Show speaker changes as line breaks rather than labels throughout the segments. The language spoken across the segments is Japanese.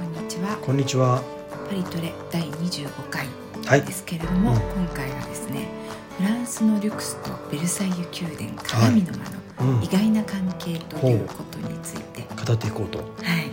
こんにちは。
パリトレ第25回
はい
で。すけれども、
うん
今回はですねフランスのリュクスとベルサイユ宮殿鏡の間
う
の
ん
意。外な関係ということについて、
語っていこうと
は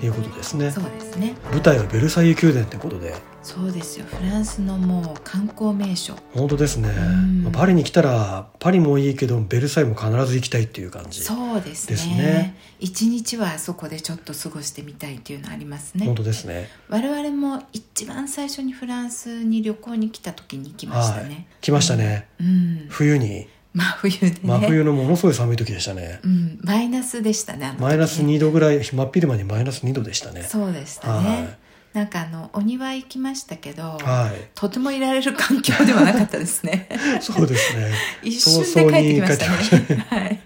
い
い、うことですね
そ。うですね
舞台はベルサイユ宮殿ってことで、
そうですよフランスのもう観光名所
本当ですね
うん。
まあパリに来たらパリもいいけどベルサイユも必ず行きたいっていう感じ。
そうです
です
ね
ね
一日はあそこでちょっと過ごしてみたいっていうのありますね
本当ですね。
我々も一番最初にフランスに旅行に来た時に行きました
は
ね
い。、来ましたね。
うん、
冬に
真冬でね
真冬のものすごい寒い時でしたね。
うん、マイナスでしたねあの時ね
マイナス2度ぐらい真っ昼間にマイナス2度でしたね。
そうでしたね、
は
なんかあのお庭行きましたけど
い。はい。
とてもいられる環境ではなかったです ね
そうですね。
一瞬で帰ってきましたね はい、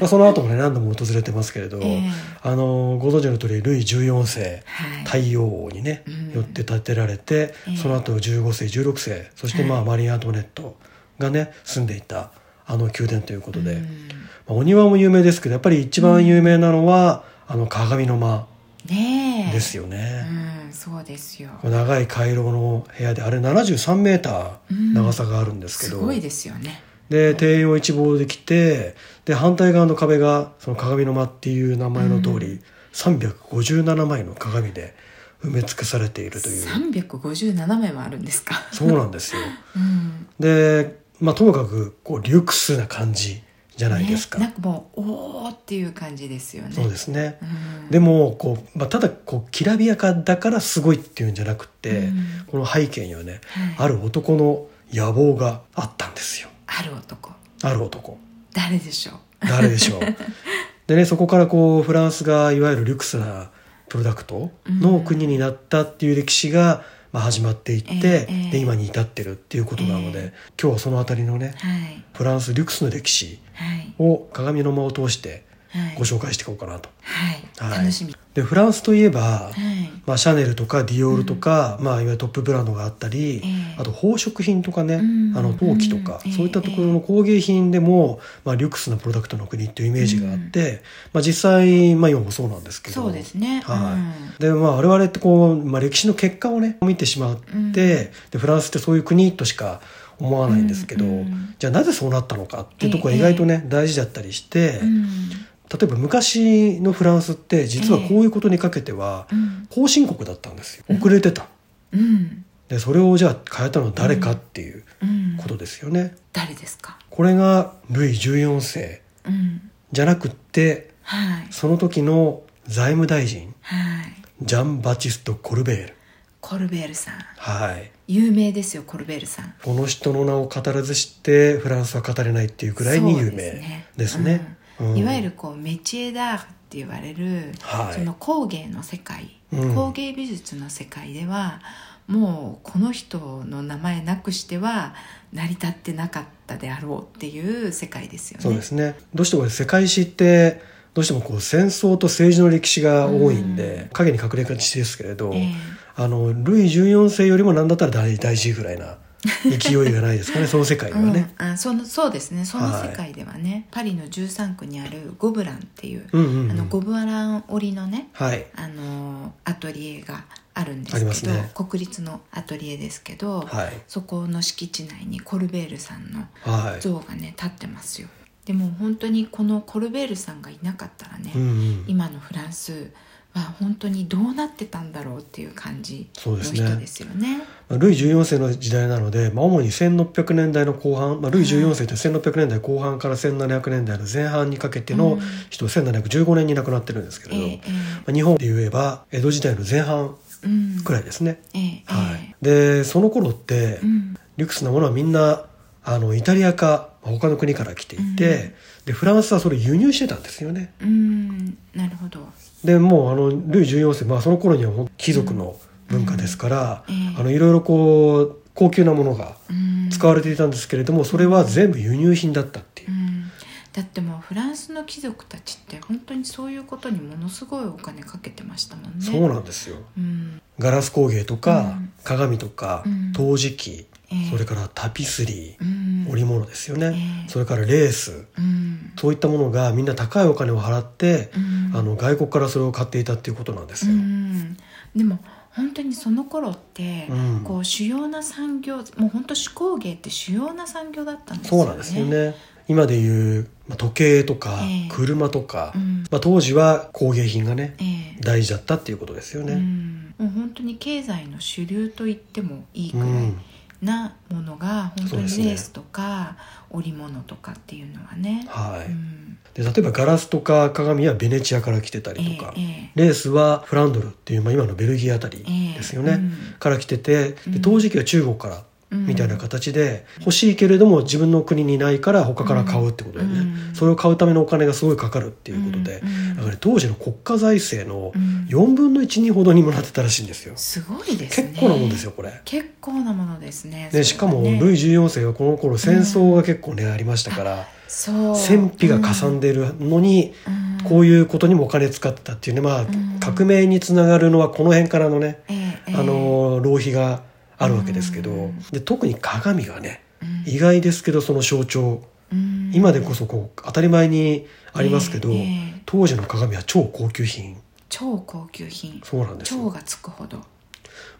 まあその後もね何度も訪れてますけれど、
ええ
あのご存知の通りルイ14世
はい
太陽王にね、
うん
よって建てられて、
ええ
その後15世16世そしてまあマリー・アントワネットがね住んでいたあの宮殿ということで、
うん
まあお庭も有名ですけどやっぱり一番有名なのは、あの鏡の間
ねえ
ですよね。
うんそうですよ
こう長い回廊の部屋であれ73メータ
うん
ー長さがあるんですけ
す
ど、
ごいですよね
で庭園を一望できてで反対側の壁がその鏡の間っていう名前の通り、357枚の鏡で埋め尽くされているという
357枚もあるんですか
そうなんですよ
うん
で、まあ、ともかくこうリュックスな感じじゃないですか、
ねなんかもうおおっていう感じですよね
そうですね、
うん
でもこう、まあ、ただこうきらびやかだからすごいっていうんじゃなくて、
うん
この背景にはね
はい
ある男の野望があったんですよ
ある男
ある男
誰でしょう
誰でし ょうでねそこからこうフランスがいわゆるリュクスなプロダクトの国になったっていう歴史が、まあ、始まっていって、
ええええ
で今に至ってるっていうことなので、
え
今日はその辺りのね
はい
フランスリュクスの歴史
はい
を鏡の間を通して
はい
ご紹介していこうかなと。
はい、
はい
楽しみ
でフランスといえば、
はい
まあ、シャネルとかディオールとか、まあ、いわゆるトップブランドがあったり、
ええ
あと宝飾品とかね、
うん
あの陶器とか、
うん
そういったところの工芸品でも、まあ、リュックスなプロダクトの国っていうイメージがあって、まあ、実際、まあ、今もそうなんですけど
そうですね
はい
うん
でまあ、我々ってこう、まあ、歴史の結果をね見てしまって、
うん
でフランスってそういう国としか思わないんですけど、
うんうん
じゃあなぜそうなったのかっていうところ
え
は
え
意外とね、大事だったりして、
うん
例えば昔のフランスって実はこういうことにかけては、
うん
後進国だったんですよ遅れてた、
うん
でそれをじゃあ変えたのは誰かっていう
うん
ことですよね、
誰ですか
これがルイ14世
うん
じゃなくって
はい
その時の財務大臣
はい
ジャン・バチスト・コルベール
コルベールさん
はい
有名ですよコルベールさん
この人の名を語らずしてフランスは語れないっていうくらいに有名ですね
そうですねうん
うん
いわゆるこうメチエダールって言われる、
はい
その工芸の世界、
うん
工芸美術の世界ではもうこの人の名前なくしては成り立ってなかったであろうっていう世界ですよね
そうですねどうしても世界史ってどうしてもこう戦争と政治の歴史が多いんで、
うん
影に隠れがちですけれど、
ええ
あのルイ14世よりも何だったら大大事ぐらいな勢いがないですか ねその世界はね。
うん、あそのそうですねその
はい
世界ではね、パリの13区にあるゴブランっていう、
うんうんうん
あのゴブラン織のね
はい
あのアトリエがあるんです
あ
け
り
ど
ますね
国立のアトリエですけど、
はい
そこの敷地内にコルベールさんの
はい。
像がね立ってますよでも本当にこのコルベールさんがいなかったらね、
うんうん、
今のフランスは本当にどうなってたんだろうっていう感じ
そう
の
です
人
ね
ですよね
ルイ14世の時代なので、まあ、主に1600年代の後半、まあ、ルイ14世って1600年代後半から1700年代の前半にかけて
う
の
ん
人、1715年に亡くなってるんですけれど、
えええ
まあ日本で言えば江戸時代の前半
えうん
くらいですね。
ええ
はい、でその頃って、
ええうん
リュクスなものはみんなあのイタリアかまあ他の国から来ていて、でフランスはそれ輸入してたんですよね
うんなるほど
でもうあのルイ14世、まあ、その頃にはほんと貴族の文化ですから、
うんええ
あのいろいろこう高級なものが
うん
使われていたんですけれどもそれは全部輸入品だったっていう
う、んだってもうフランスの貴族たちって本当にそういうことにものすごいお金かけてましたもんね
そうなんですよ
うん
ガラス工芸とか、
うん
鏡とか、
うん
陶磁器、
ええ
それからタピスリ
う
ー、
ん
織物ですよね、
ええ
それからレース
うん
そういったものがみんな高いお金を払って
う、ん
あの外国からそれを買っていたっていうことなんです
う
よ。
んでも本当にその頃って、
うん
こう主要な産業もう本当手工芸って主要な産業だったんですよね。
そうなんですよね今でいうまあ時計とか
ええ
車とか、
うん
まあ、当時は工芸品がね
ええ
大事だったっていうことですよ
う
ね。
ん、もう本当に経済の主流と言ってもいいく
う
らい
ん
なものが本当
そう
に
ですね
レースとか織物とかっていうのはね、
は
うん
い、で例えばガラスとか鏡はベネチアから来てた
え
り
え
とか、
ええ
レースはフランドルっていう、まあ、今のベルギーあたり
ええ
ですよね、
うん
から来てて
う
で
ん
陶磁器は中国から
うん
みたいな形で、欲しいけれども自分の国にないから他から買うってことだよね、
うん
それを買うためのお金がすごいかかるっていうことで、
うんうん
だから当時の国家財政の
うん
4分の1にほどにもなってたらしいんですよ、
すごいですね
結構なもんですよこれ。
結構なものですね
でしかもル
類
イ14世がこの頃戦争が結構ねありましたから、
そう
戦費がかさん
で、
でるのに、
うん
こういうことにもお金使ってたっていうね、まあ
ん、
革命につながるのはこの辺からのね、
ええええ
あの浪費があるわけですけ
う
ど
ん
で特に鏡がね
うん
意外ですけどその象徴
うん
今でこそこう当たり前にありますけど
ええええ
当時の鏡は超高級品
超高級品
そうなんです
超
よ
がつくほど、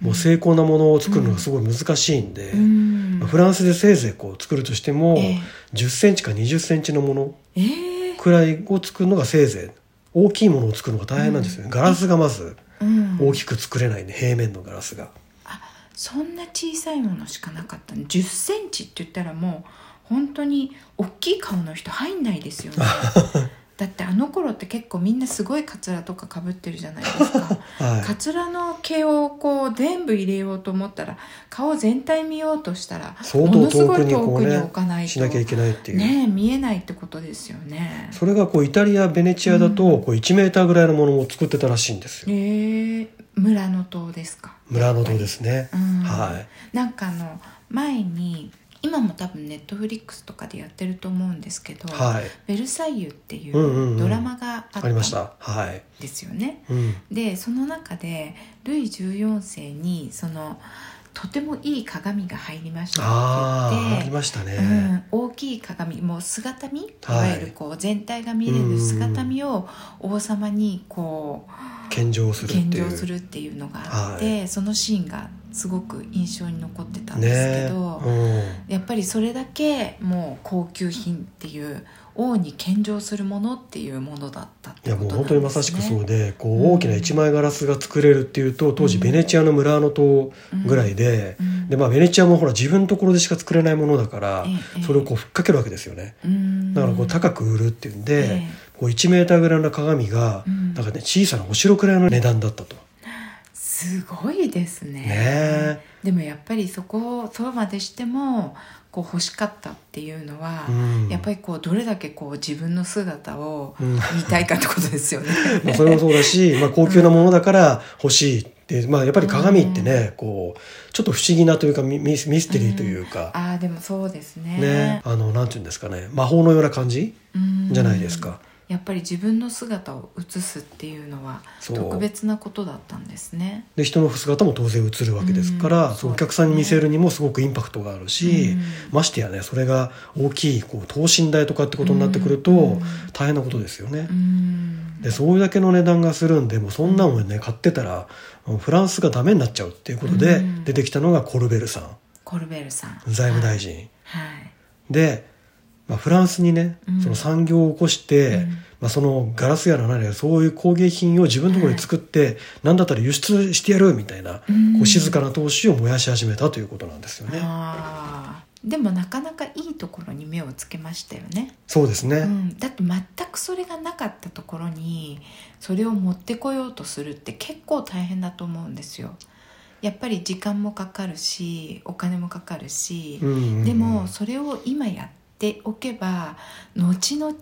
もう精巧なものを作るのがすごい難しいんで、
うん
まあフランスでせいぜいこう作るとしても
え
1 0ンチか2 0ンチのもの
ええ
くらいを作るのがせいぜい大きいものを作るのが大変なんですよね、ガラスがまず
うん
大きく作れないんで平面のガラスが
あそんな小さいものしかなかったの10センチって言ったらもう本当に大きい顔の人入んないです よねだってあの頃って結構みんなすごいカツラとかかぶってるじゃないですか
はい
カツラの毛をこう全部入れようと思ったら顔全体見ようとしたら
相
も
当
のす
遠
ご
く
い
に
遠
こ
く
う
に置かな
ね
い
し
と
なきゃいけないっていう、
ねえ見えないってことですよね
それがこうイタリアベネチアだとこう1メーターぐらいのものも作ってたらしいんですよ、
ええ村の塔ですか
村の塔ですね、
うん
はい
なんかあの前に今も多分ネットフリックスとかでやってると思うんですけど「
はい
ベルサイユ」ってい
んうんう
うんドラマがあった
ありまし
ん
たはい、
ですよね。
うん、
でその中でルイ14世にそのとてもいい鏡が入りましたっ
あ
て
ああ
言
り
って。
ましたね、
うん、大きい鏡もう姿見、い、
はい
わゆるこう全体が見れる姿見を王様にこ
献上す
う
るっ
献
ていう
上するっていうのがあって、そのシーンがすごく印象に残ってたんです
ね
けど、
うん
やっぱりそれだけもう高級品っていう王に献上するものっていうものだったっ
い
て
や
こと
もう
なんです、ね、
本当にまさしくそうでこ
うん
う大きな一枚ガラスが作れるっていうと当時
うん
ベネチアの村の塔ぐらいで
うん
でまあベネチアもほら自分のところでしか作れないものだから
ええ
それをこうふっかけるわけですよね
うん
だからこう高く売るっていうん
え
で
え
こう1メーターぐらいの鏡が
うん
なんかね小さなお城くらいの値段だったと
すごいですね
ね
でもやっぱりそこをそうまでしてもこう欲しかったっていうのは、
うん
やっぱりこうどれだけこう自分の姿を
うん
見たいかってことですよね。
ま あそれもそうだしまあ高級なものだから欲しいってまあやっぱり鏡ってねこうちょっと不思議なというかミミミステリーというか
ああでもそうですね
ねあのなんていうんですかね魔法のような感じ
うん
じゃないですか。
やっぱり自分の姿を映すっていうのは
そう
特別なことだったんですね。
で人の姿も当然映るわけですか
う
ら、
ん
そ
そうですね
のお客さんに見せるにもすごくインパクトがあるし、
うん
ましてやねそれが大きいこう等身大とかってことになってくると、
うん
大変なことですよね
う。ん
でそういうだけの値段がするんでもうそんなもんね買ってたらもうフランスがダメになっちゃうっていうことで、
うん
出てきたのがコルベルさん
コルベルさん
財務大
臣
臣。
はい
で、まあ、フランスにね、
うん
その産業を起こして、
うん
まあ、そのガラスやら何やらそういう工芸品を自分のところで作って、なんだったら輸出してやるみたいな、
うん
こう静かな投資を燃やし始めたということなんですよね。
あーでもなかなかいいところに目をつけましたよね、
そうですね、
うん、だって全くそれがなかったところにそれを持ってこようとするって結構大変だと思うんですよやっぱり時間もかかるしお金もかかるし、
うんうんうん
でもそれを今やっておけば後々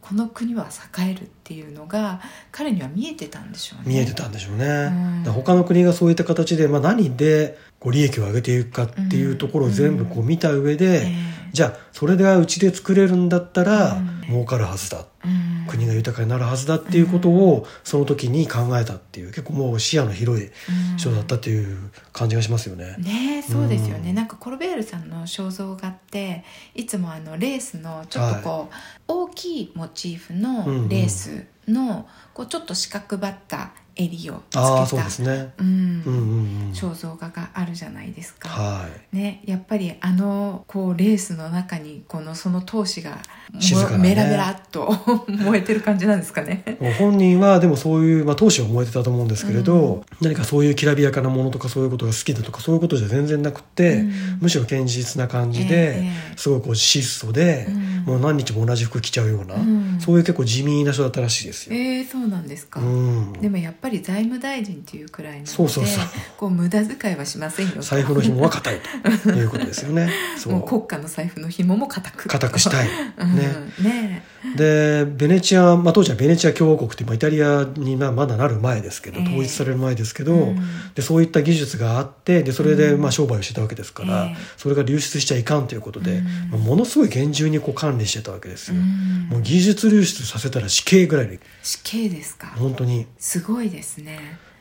この国は栄えるっていうのが彼には見えてたんでしょうね。
見えてたんでしょうね、
ん
だから他の国がそういった形で、まあ、何でこう利益を上げていくかっていうところを全部こう見た上で、
え
じゃあそれがうちで作れるんだったら、
うん
儲かるはずだ
えうん
国が豊かになるはずだっていうことをその時に考えたっていう結構もう視野の広い人だったっていう感じがしますよね。
ねえそうですよね、
うん
なんかコルベールさんの肖像画っていつもあのレースのちょっとこう、大きいモチーフのレースのこうちょっと四角ばった襟をつけ
あ
た
あそうですね
うん
うんうんうん
肖像画があるじゃないですか。
はい
ね、やっぱりあのこうレースの中にこのその闘志がも
静かなね
メラメラっと 燃えてる感じなんですかね。
もう本人はでもそういう、まあ、闘志を燃えてたと思うんですけれど、何かそういうきらびやかなものとかそういうことが好きだとかそういうことじゃ全然なくって、
うん
むしろ堅実な感じ
え
で、
え
すごいこう質素で、
うん
もう何日も同じ服着ちゃうような、
うん
そういう結構地味な人だったらしいですよ。
えー、そうなんですか、
うん、
でもやっぱり財務大臣っていうくらいなので
そうそうそう
こう無駄遣いはしませんよと
財布の紐は硬い ということですよね。そ
もう
う
国家の財布の紐も固く
硬くしたい、
うん
ね、
ね
でベネチア、まあ、当時はベネチア共和国って、まあ、イタリアにまあまだなる前ですけど
ええ
統一される前ですけど、
うん
でそういった技術があってでそれでまあ商売をしてたわけですから、
ええ
それが流出しちゃいかんということで、
うん
まあものすごい厳重にこう管理してたわけです
う
よ、
ん
もう技術流出させたら死刑ぐらいで
死刑ですか
本当に
すごいですね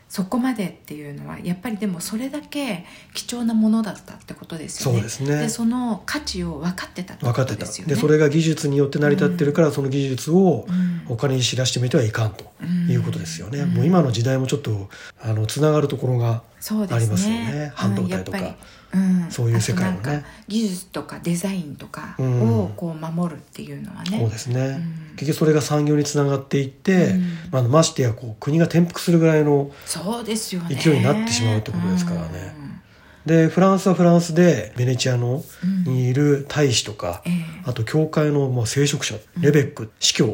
そこまでっていうのはやっぱりでもそれだけ貴重なものだったってことですよね
そうですね
その価値を分かってたって
分
こ
かって
とで
た
す
で,、
よね
それが技術によって成り立ってるから、その技術を
うん
お金に知らしてみてはいかんと
うん
いうことですよね、
うん
もう今の時代もちょっとあのつながるところが
そうですね
ありますよね半導体とか
うんやっぱりうん
そういう世界をね
あとなんか技術とかデザインとか
うん
をこう守るっていうのはね、
そうですね、
うん
結局それが産業につながっていって、
うん
まあ、ましてやこう国が転覆するぐらいの
そうですよね
勢いになってしまうってことですからね
うん
でフランスはフランスでベネチアの
うん
にいる大使とか、
ええ
あと教会のまあ聖職者レベック司教
は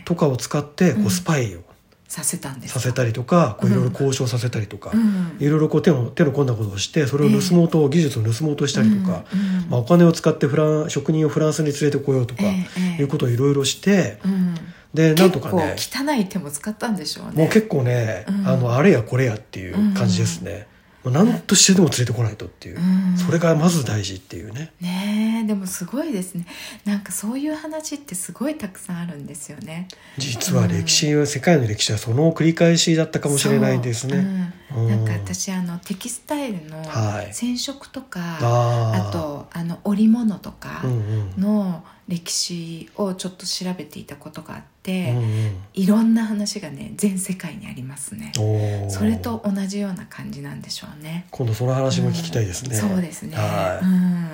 い、
とかを使ってこ
うん
うスパイを
させたんです
さ
か
せたりとか、こういろいろ
うん
交渉させたりとか、
うん
いろいろこう手の手の込んだことをしてそれを盗もうと、技術を盗もうとしたりとか、
うんうん
まあ、お金を使ってフラン職人をフランスに連れてこようとか、
ええええ
いうことをいろいろして、
うん
でなんとかね
結構汚い手も使ったんでしょうね
もう結構ね、
うん
あのあれやこれやっていう感じですね、もう何としてでも連れてこないとっていう、
うん
それがまず大事っていうね
ねえでもすごいですねなんかそういう話ってすごいたくさんあるんですよね
実は歴史は、世界の歴史はその繰り返しだったかもしれないですね、
そううん
うん
なんか私あのテキスタイルの
はい
染色とか、
あー
あとあの織物とか
うんうん
の歴史をちょっと調べていたことがあっ
う
て、
んうん
いろんな話がね全世界にありますね
おー
それと同じような感じなんでしょうね
今度その話も聞きたいですね、
うんそうですね、
はい
うん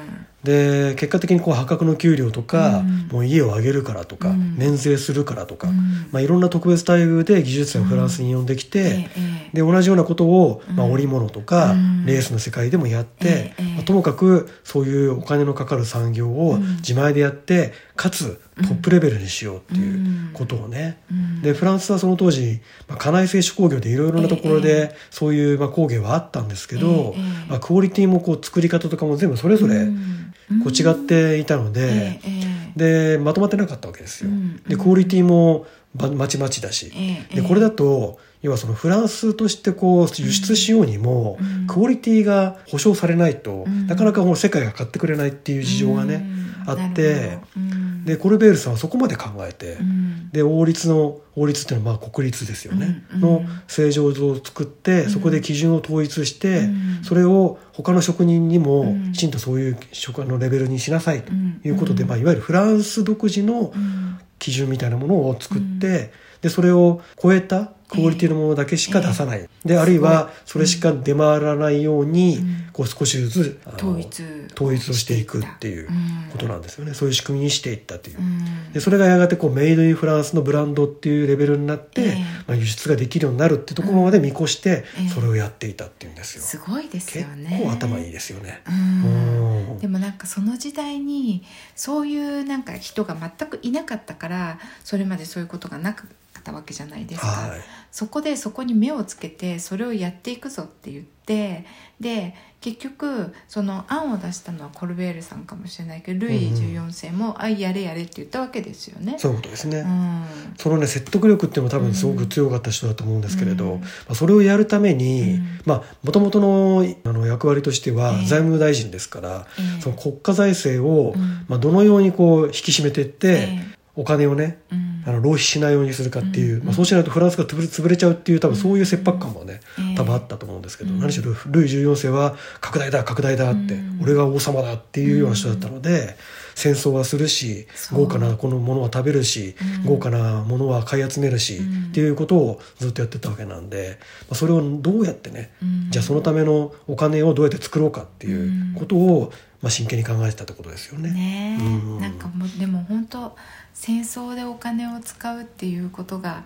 で結果的にこう破格の給料とか、
うん
もう家を上げるからとか、
うん
免税するからとか、
うん
まあ、いろんな特別待遇で技術者をフランスに呼んできて、
ええ
で同じようなことを、まあ、
うん
織物とか、
うん
レースの世界でもやって
え、えええ
まあともかくそういうお金のかかる産業を
うん
自前でやって、かつトップレベルにしようっていうことをね、
うん
でフランスはその当時、まあ、家内製手工業でいろいろなところ
え
でそういう、まあ、工芸はあったんですけど、
ええええ
まあ、クオリティもこう作り方とかも全部それぞれこう違っ、
うん
ていたので。
ええええ
でまとまってなかったわけですよ、
うん
でクオリティもばまちまちだし、
ええ
でこれだと要はそのフランスとしてこう輸出しようにも、
うん
クオリティが保証されないと、
うん
なかなかもう世界が買ってくれないっていう事情がね、
うん
あって
なるほどうん
でコルベールさんはそこまで考えて、
うん
で王立の王立っていうのはまあ国立ですよね、
うんう
の
ん
正常像を作って、
うん
そこで基準を統一して、
うん
それを他の職人に
う
も
ん
きちんとそういう職のレベルにしなさいと
うん
いうことで、
うん
まあ、いわゆるフランス独自の、
うん
基準みたいなものを作って、でそれを超えたクオリティのものだけしか出さない、であるいはそれしか出回らないように、
うん
こう少しずつあの
統一
統一をしていくっていうことなんですよね、そういう仕組みにしていったっていう。
うん
でそれがやがてこうメイドインフランスのブランドっていうレベルになって、
ええ
まあ、輸出ができるようになるってところまで見越して
ええ
それをやっていたっていうんですよ、
すごいですよね
結構頭いいですよね、
うん
うん
でもなんかその時代にそういうなんか人が全くいなかったからそれまでそういうことがなかったわけじゃないですか、
はい
そこでそこに目をつけてそれをやっていくぞって言ってで結局その案を出したのはコルベールさんかもしれないけどルイ
うん
14世も「あやれやれ」って言ったわけですよね。
そういうことですね、
うん
そのね説得力っていうのも多分すごく強かった人だと思うんですけれど、
うん
まあ、それをやるために
うん
もともとのあの役割としては
ええ
財務大臣ですから、
ええ
その国家財政を、
うん
まあ、どのようにこう引き締めていって、
え
お金をね
うん
あの浪費しないようにするかっていう、
うん
まあ、そうしないとフランスが潰れ潰れちゃうっていう多分そういう切迫感もね、
ええ
多分あったと思うんですけど、
うん
何しろルイ14世は拡大だ拡大だって、
うん
俺が王様だっていうような人だったので、戦争はするし
そう
豪華なこのものは食べるし、
うん
豪華なものは買い集めるし、
うん
っていうことをずっとやってたわけなんで、まあ、それをどうやってね、
うん
じゃあそのためのお金をどうやって作ろうかっていうことを、まあ、真剣に考えてたってことですよね。
ねえ、
うん
なんかもうでも本当戦争でお金を使うっていうことが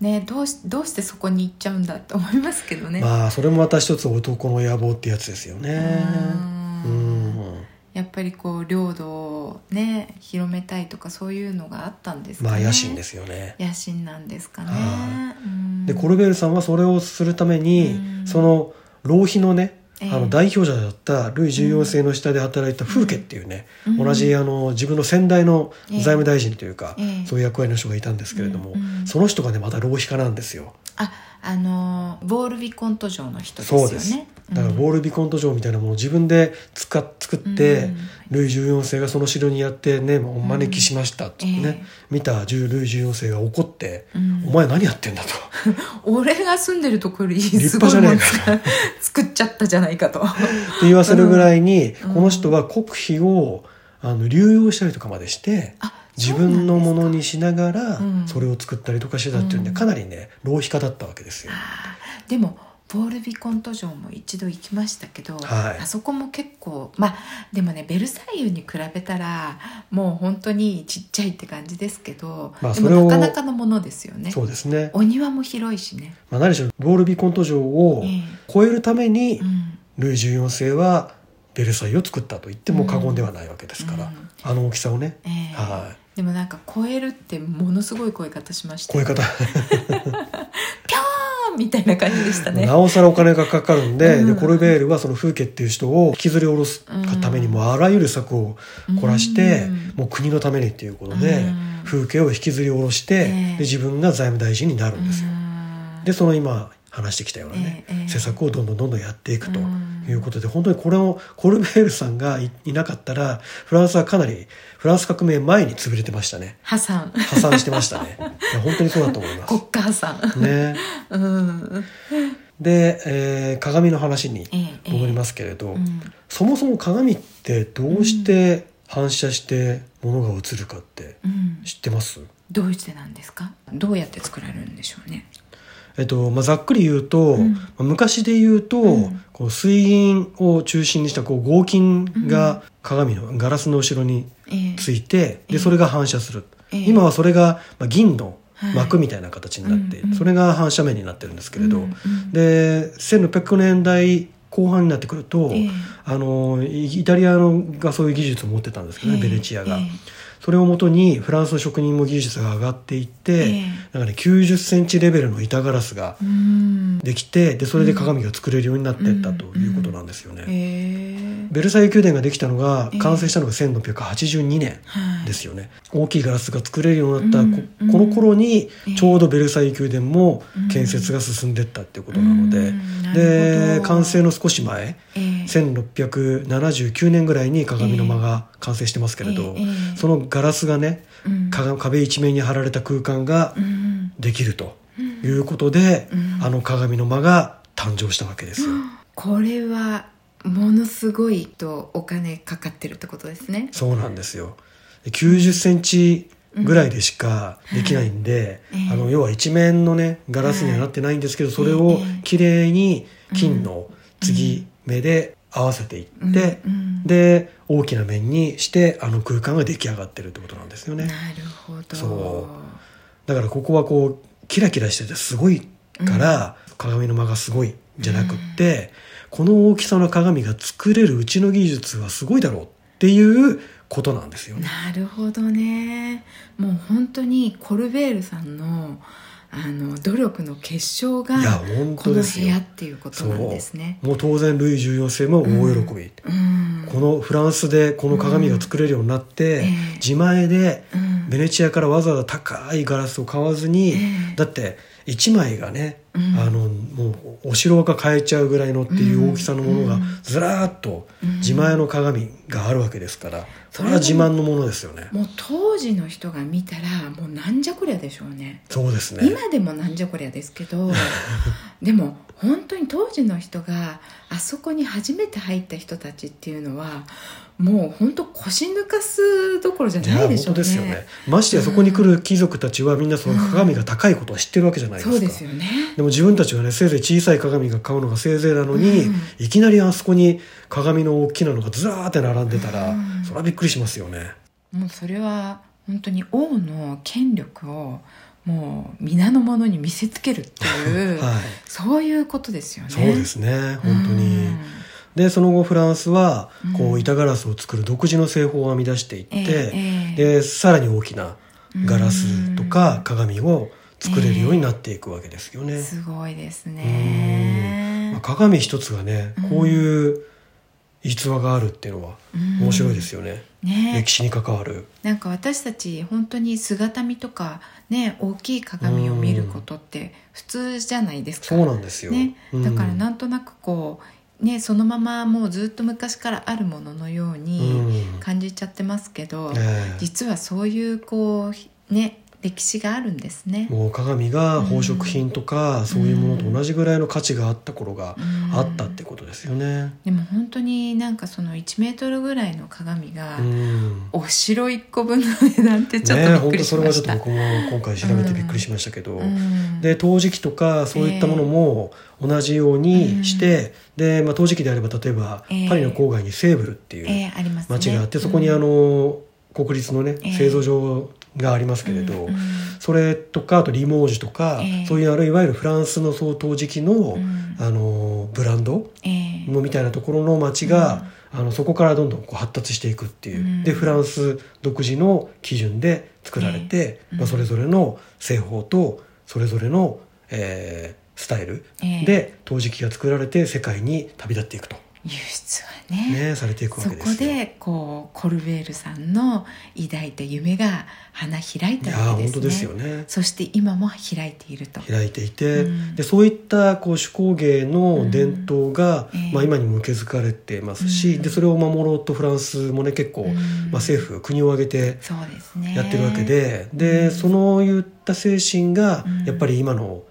ねどうしどうしてそこに行っちゃうんだって思いますけどね、
まあそれもまた一つ男の野望ってやつですよね。
う
うんん
やっぱりこう領土をね広めたいとかそういうのがあったんですかね
まあ野心ですよね。
野心なんですかね、
は
うん
でコルベールさんはそれをするために、
うん
その浪費のね、
ええ
あの代表者だったルイ14世の下で働いたフーケっていうね、
うん
同じあの自分の先代の
ええ
財務大臣というか、
ええ
そういう役割の人がいたんですけれども、
うんうん
その人がねまた浪費家なんですよ。
ああのーボールビコント城の人ですよ
そ
ね
うです。だからボールビコント城みたいなものを自分で使っ作って、
うん
ルイ14世がその城にやってねお招きしましたってね、
ええ
見たルイ14世が怒って、
うん
お前何やってんだ」と。
俺が住んでるところにす
立
ご
派
い
じゃ
もの
ねえ
作作っちゃったじゃないか と。
って言わせるぐらいに、
うん
この人は国費をあの流用したりとかまでして
あ
自分のものにしながら
うん
それを作ったりとかしてたっていうんで、
うん
かなりね浪費家だったわけですよ。
あーでもボールビコント城も一度行きましたけど、
はい
あそこも結構まあでもねベルサイユに比べたらもう本当にちっちゃいって感じですけど、
まあ
でも
それを
なかなかのものですよね
そうですね、
お庭も広いしね、
まあ、何でしろボールビコント城を
ええ
超えるために
うん、
ルイ14世はベルサイユを作ったと言っても過言ではないわけですから、
うん
あの大きさをね、
ええ
はい
でもなんか超えるってものすごい声方しました
こういう方、
ピョーンみたいな感じでしたね
なおさらお金がかかるんで,、
うん
でコルベールはそのフーケっていう人を引きずり下ろすために
うん
もうあらゆる策を凝らして、
うん
もう国のためにっていうことで、
うん
フーケを引きずり下ろして、
ええ
で自分が財務大臣になるんですよ。
うん
でその今話してきたようなね、
ええええ
施策をどんどんどんどんやっていくと
うん
いうことで、本当にこれをコルベールさんがいいなかったらフランスはかなりフランス革命前に潰れてましたね
破産
破産してました ねいや本当にそうだと思いま
国
す。
家破産、
ね、
うん、
で、えー鏡の話に
ええええ
戻りますけれど、
うん
そもそも鏡ってどうして反射して物が映るかって
うん
知ってます、
どうしてなんですかどうやって作られるんでしょうね
えっとまあ、ざっくり言うと、
うん
まあ昔で言うと、
うん
こう水銀を中心にしたこう合金が鏡のガラスの後ろに
ええ
ついて、
ええ
でそれが反射する、
ええ
今はそれが、まあ、銀の
はい
膜みたいな形になって、
うんうん
それが反射面になってるんですけれど、
うんうん
で1600年代後半になってくると、
ええ
あのイイタリアのがそういう技術を持ってたんですけどね、
ええ
ベネチアが、
ええ
それをもとにフランスの職人も技術が上がっていって、
ええ
だからね90センチレベルの板ガラスが
うん
できてでそれで鏡が作れるようになっていったということなんですよね、
ええ
ベルサイユ宮殿ができたのが
ええ
完成したのが1682年
はい
ですよね、大きいガラスが作れるようになったこ,、
うん
この頃に
ええ
ちょうどベルサイユ宮殿も
うん
建設が進んでいったっていうことなので、
うんなる
で
ほど
完成の少し前
ええ
1679年ぐらいに鏡の間が完成してますけれど、
ええええ
そのガラスがね
うん
か壁一面に貼られた空間が
うん
できるということで、
うん
あの鏡の間が誕生したわけですよ。
これはものすごいとお金かかってるってことですね
そうなんですよで90センチぐらいでしかできないんで、
うん
あ
え
の
え
要は一面のねガラスにはなってないんですけど、それ
え
を
え
きれいに金の継ぎ目で合わせていって、
うん
で大きな面にしてあの空間が出来上がってるってことなんですよ
な
ね
るほど
そだからここはこうキラキラしててすごいから、鏡の間がすごいじゃなくって、この大きさの鏡が作れるうちの技術はすごいだろうっていうことなんですよね。
なるほどねもう本当にコルベールさんのあの努力の結晶が
いや本
こ
当
の
です
部
よ
屋っていうことなんですね
もう当然ルイ14世も大喜び、
うん
このフランスでこの鏡が作れるようになって、
ええ
自前で
うん
ベネチアからわざわざ高いガラスを買わずに、
ええ
だって1枚がね、
うん
あのもうお城が買えちゃうぐらいのっていう大きさのもの
う
が
ん
ずらーっと
うん
自前の鏡があるわけですから、それは
そ
自
れも
慢のものですよね。
もう当時の人が見たらもうなんじゃこりゃでしょうね
そうですね。
今でもなんじゃこりゃですけ どでも本当に当時の人があそこに初めて入った人たちっていうのはもう本当腰抜かすどころじゃないで
本
しょ
当
うね
ですよねましてやそこに来る貴族たちはみんなその鏡が高いことを知ってるわけじゃないですか、
そうですよね
でも自分たちはねせいぜい小さい鏡が買うのがせいぜいなのに、
うん
いきなりあそこに鏡の大きなのがずらーって並んでたら、
うん
それはびっくりしますよね。
もうそれは本当に王の権力をもう皆の者に見せつけるっていう、
はい、
そういうことですよね
そうですね本当に、
うん
でその後フランスはこ
う
うん板ガラスを作る独自の製法を編み出していって、
ええええ
でさらに大きなガラスと
う
か
ん
鏡を作れるようになっていくわけですよね。
すごいです
まあ、
ね
鏡一つがね
うん
こういう逸話があるっていうのは面白いですよね、
ね
歴史に関わる。
なんか私たち本当に姿見とかね大きい鏡を見ることって普通じゃないですか
そうなんですよ、
ね、
うん
だからなんとなくこう、ね、そのままもうずっと昔からあるもののように
うん
感じちゃってますけど、
ええ
実はそういうこうひね歴史があるんですね。
もう鏡が宝飾品とか、そういうものと同じぐらいの価値があった頃が
うん
あったってことですよね。
でも本当になんかその1メートルぐらいの鏡が、
うん
お城1個分の値段ってちょっ
ね
とびっく
本当
りし
それ
ま
はち
し
ょっと
た。
僕も今回調べてびっくりしましたけど、
うん
で陶磁器とかそういったものも同じようにして、でまあ、陶磁器であれば例えば、
ええ
パリの郊外にセーブルっていう
えーありますね、
町があって、そこにあ
うん
の国立のね、
ええ
製造所がありますけれど、
うんうん
それとかあとリモージュとか、
ええ
そういうあるいわゆるフランスのそう陶磁器の,、
ん
あのブランド
えー
みたいなところの町が、あのそこからどんどんこう発達していくってい
う
う、
ん
でフランス独自の基準で作られて、
ええ
まあ、それぞれの製法とそれぞれの、えースタイル
ええ
で陶磁器が作られて世界に旅立っていくと、
輸出は
ね、されていくわ
そ
けです
こ
よ。
でこうコルベールさんの抱いた夢が花開い
いや
た
ー
わけで
本
す
当
ね
ですよね。
そして今も開いていると
開いていて、
うん
でそういったこう手工芸の伝統が、
うんええ
まあ、今にも受け継がれてますし、
うん
でそれを守ろうとフランスもね結構、
うん
まあ、政府国を挙げて
そうですね
やってるわけで、
う
で
ん
そのいった精神が
うん
やっぱり今の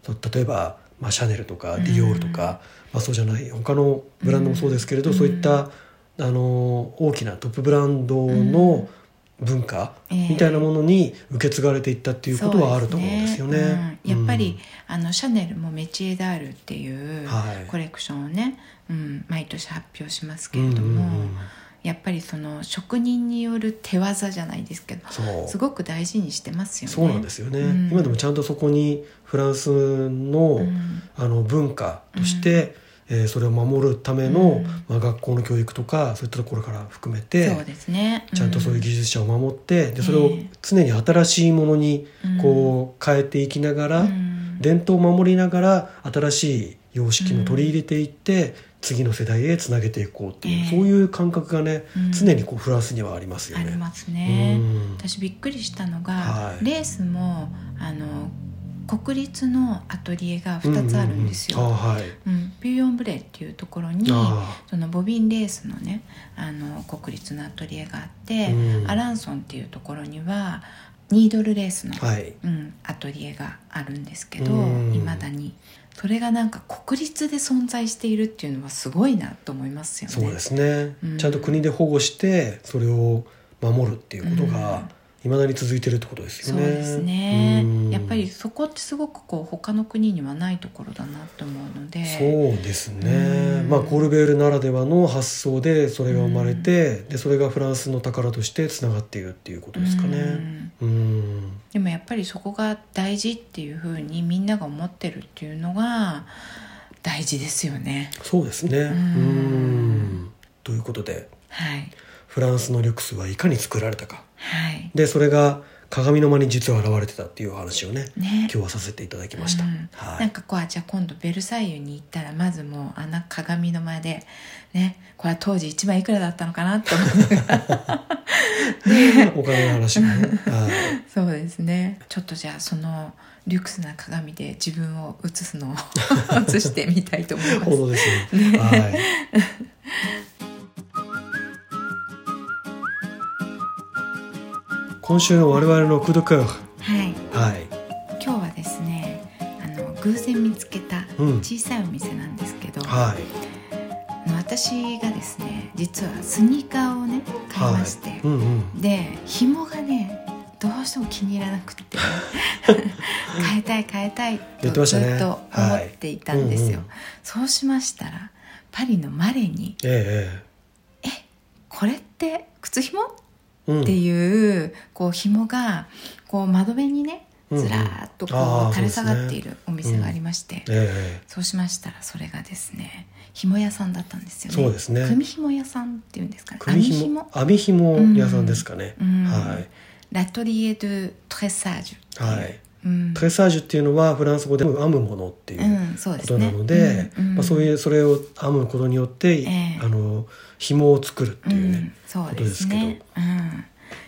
そう例えば、まあ、シャネルとか
うん
ディオールとか、まあ、そうじゃない他のブランドもそうですけれど、
うん
そういったあの大きなトップブランドの文化
ええ
みたいなものに受け継がれていったっていうことはあると思うんですよね。
そうですねうんやっぱり、あのシャネルもメチエダールっていう
はい
コレクションをね、うん、毎年発表します
う
け
ん
れ
うんう
ども、
ん、
やっぱりその職人による手技じゃないですけど
そう
すごく大事にしてますよね
そうなんですよね、
うん
今でもちゃんとそこにフランスの、
うん
あの文化として、えーそれを守るための、
うん
まあ、学校の教育とかそういったところから含めて、
そうですね、
ちゃんとそういう技術者を守ってでそれを
ええ
常に新しいものに
うん
こう変えていきながら、
うん
伝統を守りながら新しい様式も取り入れていって、次の世代へつなげていこうっていう、
ええ
そういう感覚がね、
うん
常にこうフランスにはありますよ
あり
ね。
ますね、
うん
私びっくりしたのが、
はい
レースもあの国立のアトリエが2つあるんですよ、
う
うん
うんうんあーはい
ビューヨンブレっていうところに
あ
そのボビンレースのねあの国立のアトリエがあって、
うん
アランソンっていうところにはニードルレースの、
ーはい
うん、アトリエがあるんですけど
うん
いまだにそれがなんか国立で存在しているっていうのはすごいなと思いますよね。
そうですね、
うん
ちゃんと国で保護してそれを守るっていうことがいまだに続いてるってことです
そう
よね。
ですね、
うん
やっぱりそこってすごくこう他の国にはないところだなと思うので
そうですね、
うん
まあ、コルベールならではの発想でそれが生まれて、でそれがフランスの宝としてつながっているっていうことですか
う
ね。
ん
うん
でもやっぱりそこが大事っていうふうにみんなが思ってるっていうのが大事ですよね
そうですね、うん
ん
ということで
はい
フランスのリュクスはいかに作られたか
はい
でそれが鏡の間に実は現れてたっていうお話をね
ね
今日はさせていただきました。
うん
はい
なんかこうあじゃあ今度ベルサイユに行ったらまずもうあの鏡の前でねこれは当時1枚いくらだったのかなと思って
お金の話もね。はい
そうですねちょっとじゃあそのリュックスな鏡で自分を映すのを 映してみたいと思います
本当ですね。はい。今週の我々のクドク
はい
はい。
今日はですねあの偶然見つけた
うん
小さいお店なんですけど、
は
あの私がですね実はスニーカーをね買いまして、
はい、うんうん
で紐がねどうしても気に入らなくて 変えたい変えたいと
言ってまし
ず
たね
っと思っていたんですよ、
はいうんうん
そうしましたらパリのマレに
え
「これって靴紐?」っ
えええうん
ていう、こう紐がこう窓辺にねずらーっとこ
うんうんあ
う
ー
垂れ下
そう
が
ですね
っているお店がありまして、
ええ
そうしましたらそれがですね紐屋さんだったんですよね
そうですね
組紐屋さんっていうんですかね
組
網
紐
紐
網紐屋さんですかね、
うん
はい
ラトリエ・ドゥ・トレサージュっていう
はい
うん
トレサージュっていうのはフランス語で編むものっていううん
そう
こ
です
と
ね
なので、
うんうん
まあ、そういうそれを編むことによって、
ええ
あの紐を作るっていうね、
んそう
こと
で
です
す
けど
ね。うん、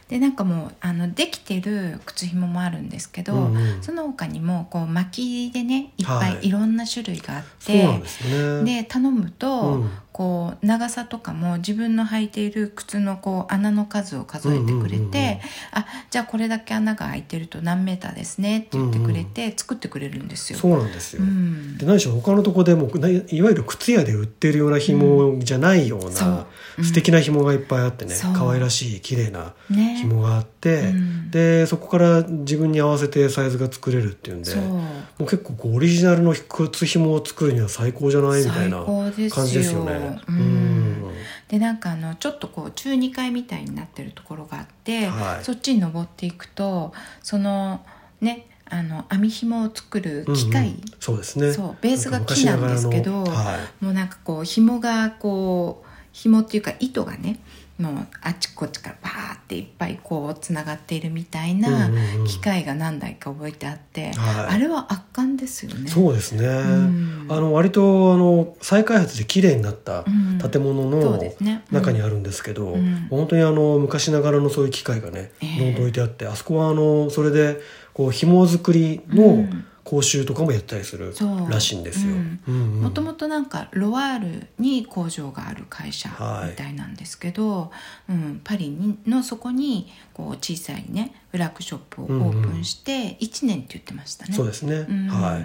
でなんかもうあのできてる靴ひももあるんですけど、
うんうん
その他にもこう巻きでねいっぱ
はい
いいろんな種類があっ
そう
て、
なんです
で
ね
頼むと、
うん
こう長さとかも自分の履いている靴のこう穴の数を数えてくれて、
うんうんうんうん
あじゃあこれだけ穴が開いてると何メーターですねって言ってくれて作ってくれるんですよ。
そうなんですよ、
うん
で何しろ他のとこでもないいわゆる靴屋で売ってるような紐じゃないよう
そ
な
う、うん
素敵な紐がいっぱいあってね
そう
可愛らしい綺麗な
ね
紐があって、
うん
でそこから自分に合わせてサイズが作れるっていうんで
そう
もう結構こうオリジナルの靴紐を作るには最高じゃないみたいな
最高ですよ
感じですよね。
うん
うん
でなんかあのちょっとこう中2階みたいになってるところがあって、
はい
そっちに登っていくとそのねあの網紐を作る機
う
械
んうん、そうですね
そうベースが木なんですけど
昔ながらのはい
もうなんかこう紐がこう紐っていうか糸がねもうあちこちからバーっていっぱいこうつながっているみたいな
うんうんうん
機械が何台か覚えてあって、
はい
あれは圧巻ですよね。
そうですね、
ん
あの割とあの再開発で綺麗になった
うん
建物
そう
の
ですねうん
中にあるんですけど、
うん
本当にあの昔ながらのそういう機械がね
ええ
どんどん置いてあって、あそこはあのそれでこう紐作り
う
の
ん
講習とかもやったりする
そう
らしいんですよ。
うんもともとなんかロワールに工場がある会社みたいなんですけど、うん、パリにのそこにこう小さいねフラッグショップをオープンして1年って言ってましたね。
そうですね、
うん
はい、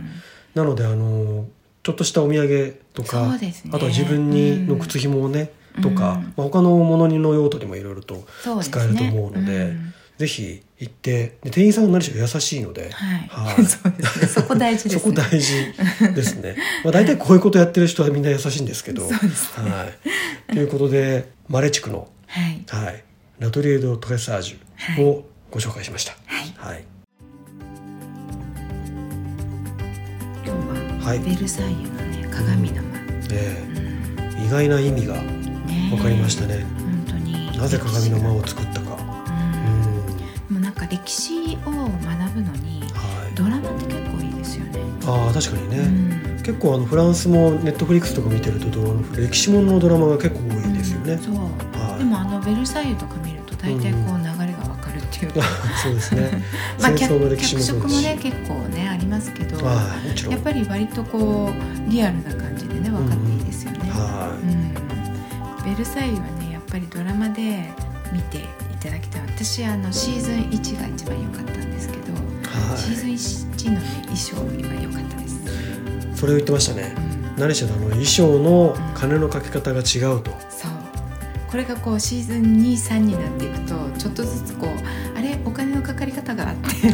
なのであのちょっとしたお土産とか、
そうですね
あとは自分にの靴紐をね、
うん
とか、
うん
まあ、他のものにの用途にもいろいろと
そうですね
使えると思うので
うん
ぜひ行ってで店員さんが何しろ優しいので、
はい、
はい
そうですねそこ大事で
そ
す
こ
ね。
大事ですね、まあ、大体こういうことやってる人はみんな優しいんですけど。
そうです
はい、ということでマレ地区の、
はい、
はい、ラトリエド・トレサージュをご紹介しました。
はい
はい
今日は
はい
ベルサイユのね鏡の間、
え
うん
え意外な意味が
ね
分かりましたね。
本当に
なぜ鏡の間
を、
を作ったか。う
うんもう
ん、
なんか歴史を学ぶのに
はい。
ドラマって結構いいですよね。
ああ確かに
う
ね。
ん
結構あのフランスもネットフリックスとか見てるとどう歴史もののドラマが結構多いですよね。
そう、
はい
でもあのベルサイユとか見ると大体こう流れがわかるっていうか、
そうですね。
まあ
戦争の
脚
歴史
脚
も
色も
そうですし。
ね結構ねありますけどや
はいもちろん。
っぱり割とこうリアルな感じでね分かっていいですよね、
は
うんベルサイユはねやっぱりドラマで見ていただきたい私あのシーズン1が一番良かったんですけど、
いは
シーズン1の、ね、衣装は良かったです、
い。それを言ってましたね
う。ん
何しろあの衣装の金のかけ方が違うと。
そうこれがこうシーズン23になっていくとちょっとずつこうあれお金のかかり方があってい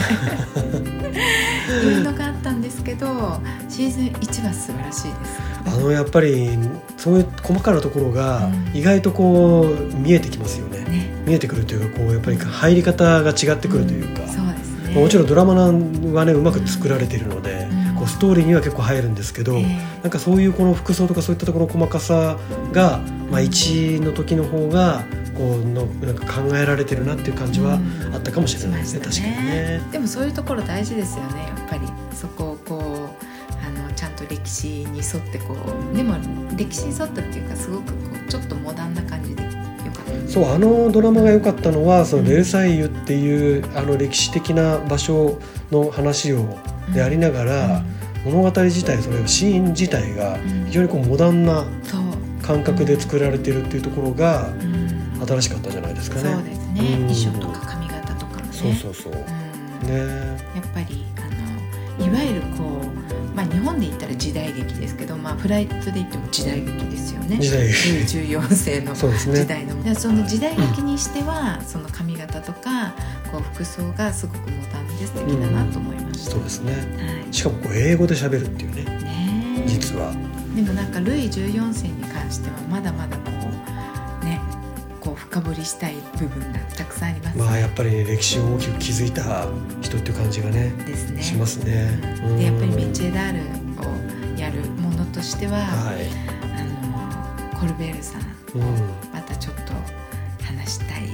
うのがあったんですけどシーズン1は素晴らしいです
あのやっぱりそういう細かなところが
うん
意外とこう見えてきますよね。
ね
見えてくるというかこうやっぱり入り方が違ってくるというか。
んそうですね
もちろんドラマはねうまく作られているので、
うん
こうストーリーには結構入るんですけど、
ええ
なんかそういうこの服装とかそういったところの細かさが、まあ、1の時の方がこうのなんか考えられてるなっていう感じは
うん
あったかもしれないですね、
しま
確
した
かにね。
でもそういうところ大事ですよねやっぱりそこをこうあのちゃんと歴史に沿ってこうでも歴史に沿ったっていうかすごくこうちょっとモダンな感じでよかったです
そうあのドラマが良かったのはそのベルサイユっていうあの歴史的な場所の話をでありながら、物語自体それをシーン自体が
ん
非常にこうモダンな
そう、
感覚で作られてるっていうところが
うん
新しかったじゃないですかね。
そうですね、
う
衣
ん
装とか髪型とかもね
そうそうそう。
うん
ね。
やっぱりあのいわゆるこう、まあ、日本で言ったら時代劇ですけど、まあ、フライトで言っても時代劇ですよね
時代劇
14世の
そうですね
時代の、だからその時代劇にしては、その髪型とかこう服装がすごくモダンで素敵だなと思いました、
そうですね
はい
しかもこう英語で喋るっていうね
ねえ
実は
でもなんかルイ14世に関してはまだまだこうねこう深掘りしたい部分がたくさんありますね、
まあやっぱり、ね、歴史を大きく築いた人っていう感じがね
ですね
しますねうん
でやっぱりメチェダールをやるものとしては、
はい、
あのコルベールさん
う
またちょっと話したい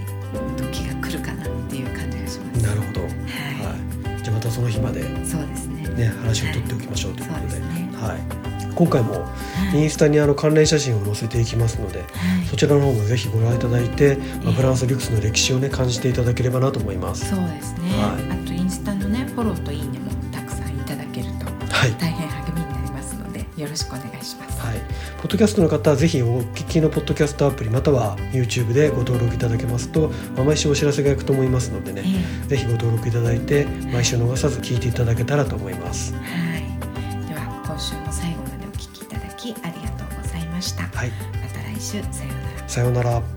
時が来るかなっていう感じがします
ん、なるほど、は、
はい
じゃあまたその日まで
い、そうですね
ね話を取っておきましょうということで,、
そうですね
はい、今回も
はい
インスタにあの関連写真を載せていきますので
はい
そちらの方もぜひご覧いただいて、まあ
ええ
フランスリュクスの歴史をね感じていただければなと思います。
そうですね、
は
あとインスタのねフォローといいねもたくさんいただけると
はい、
大変励みになりますのでよろしくお願いします
はい、ポッドキャストの方はぜひお聞きのポッドキャストアプリまたは YouTube でご登録いただけますと、まあ毎週お知らせがいくと思いますので
え
ね、ぜひご登録いただいて毎週逃さず聞いていただけたらと思います
え。はいでは今週も最後までお聞きいただきありがとうございましたま
はい、
た来週さようなら
さようなら。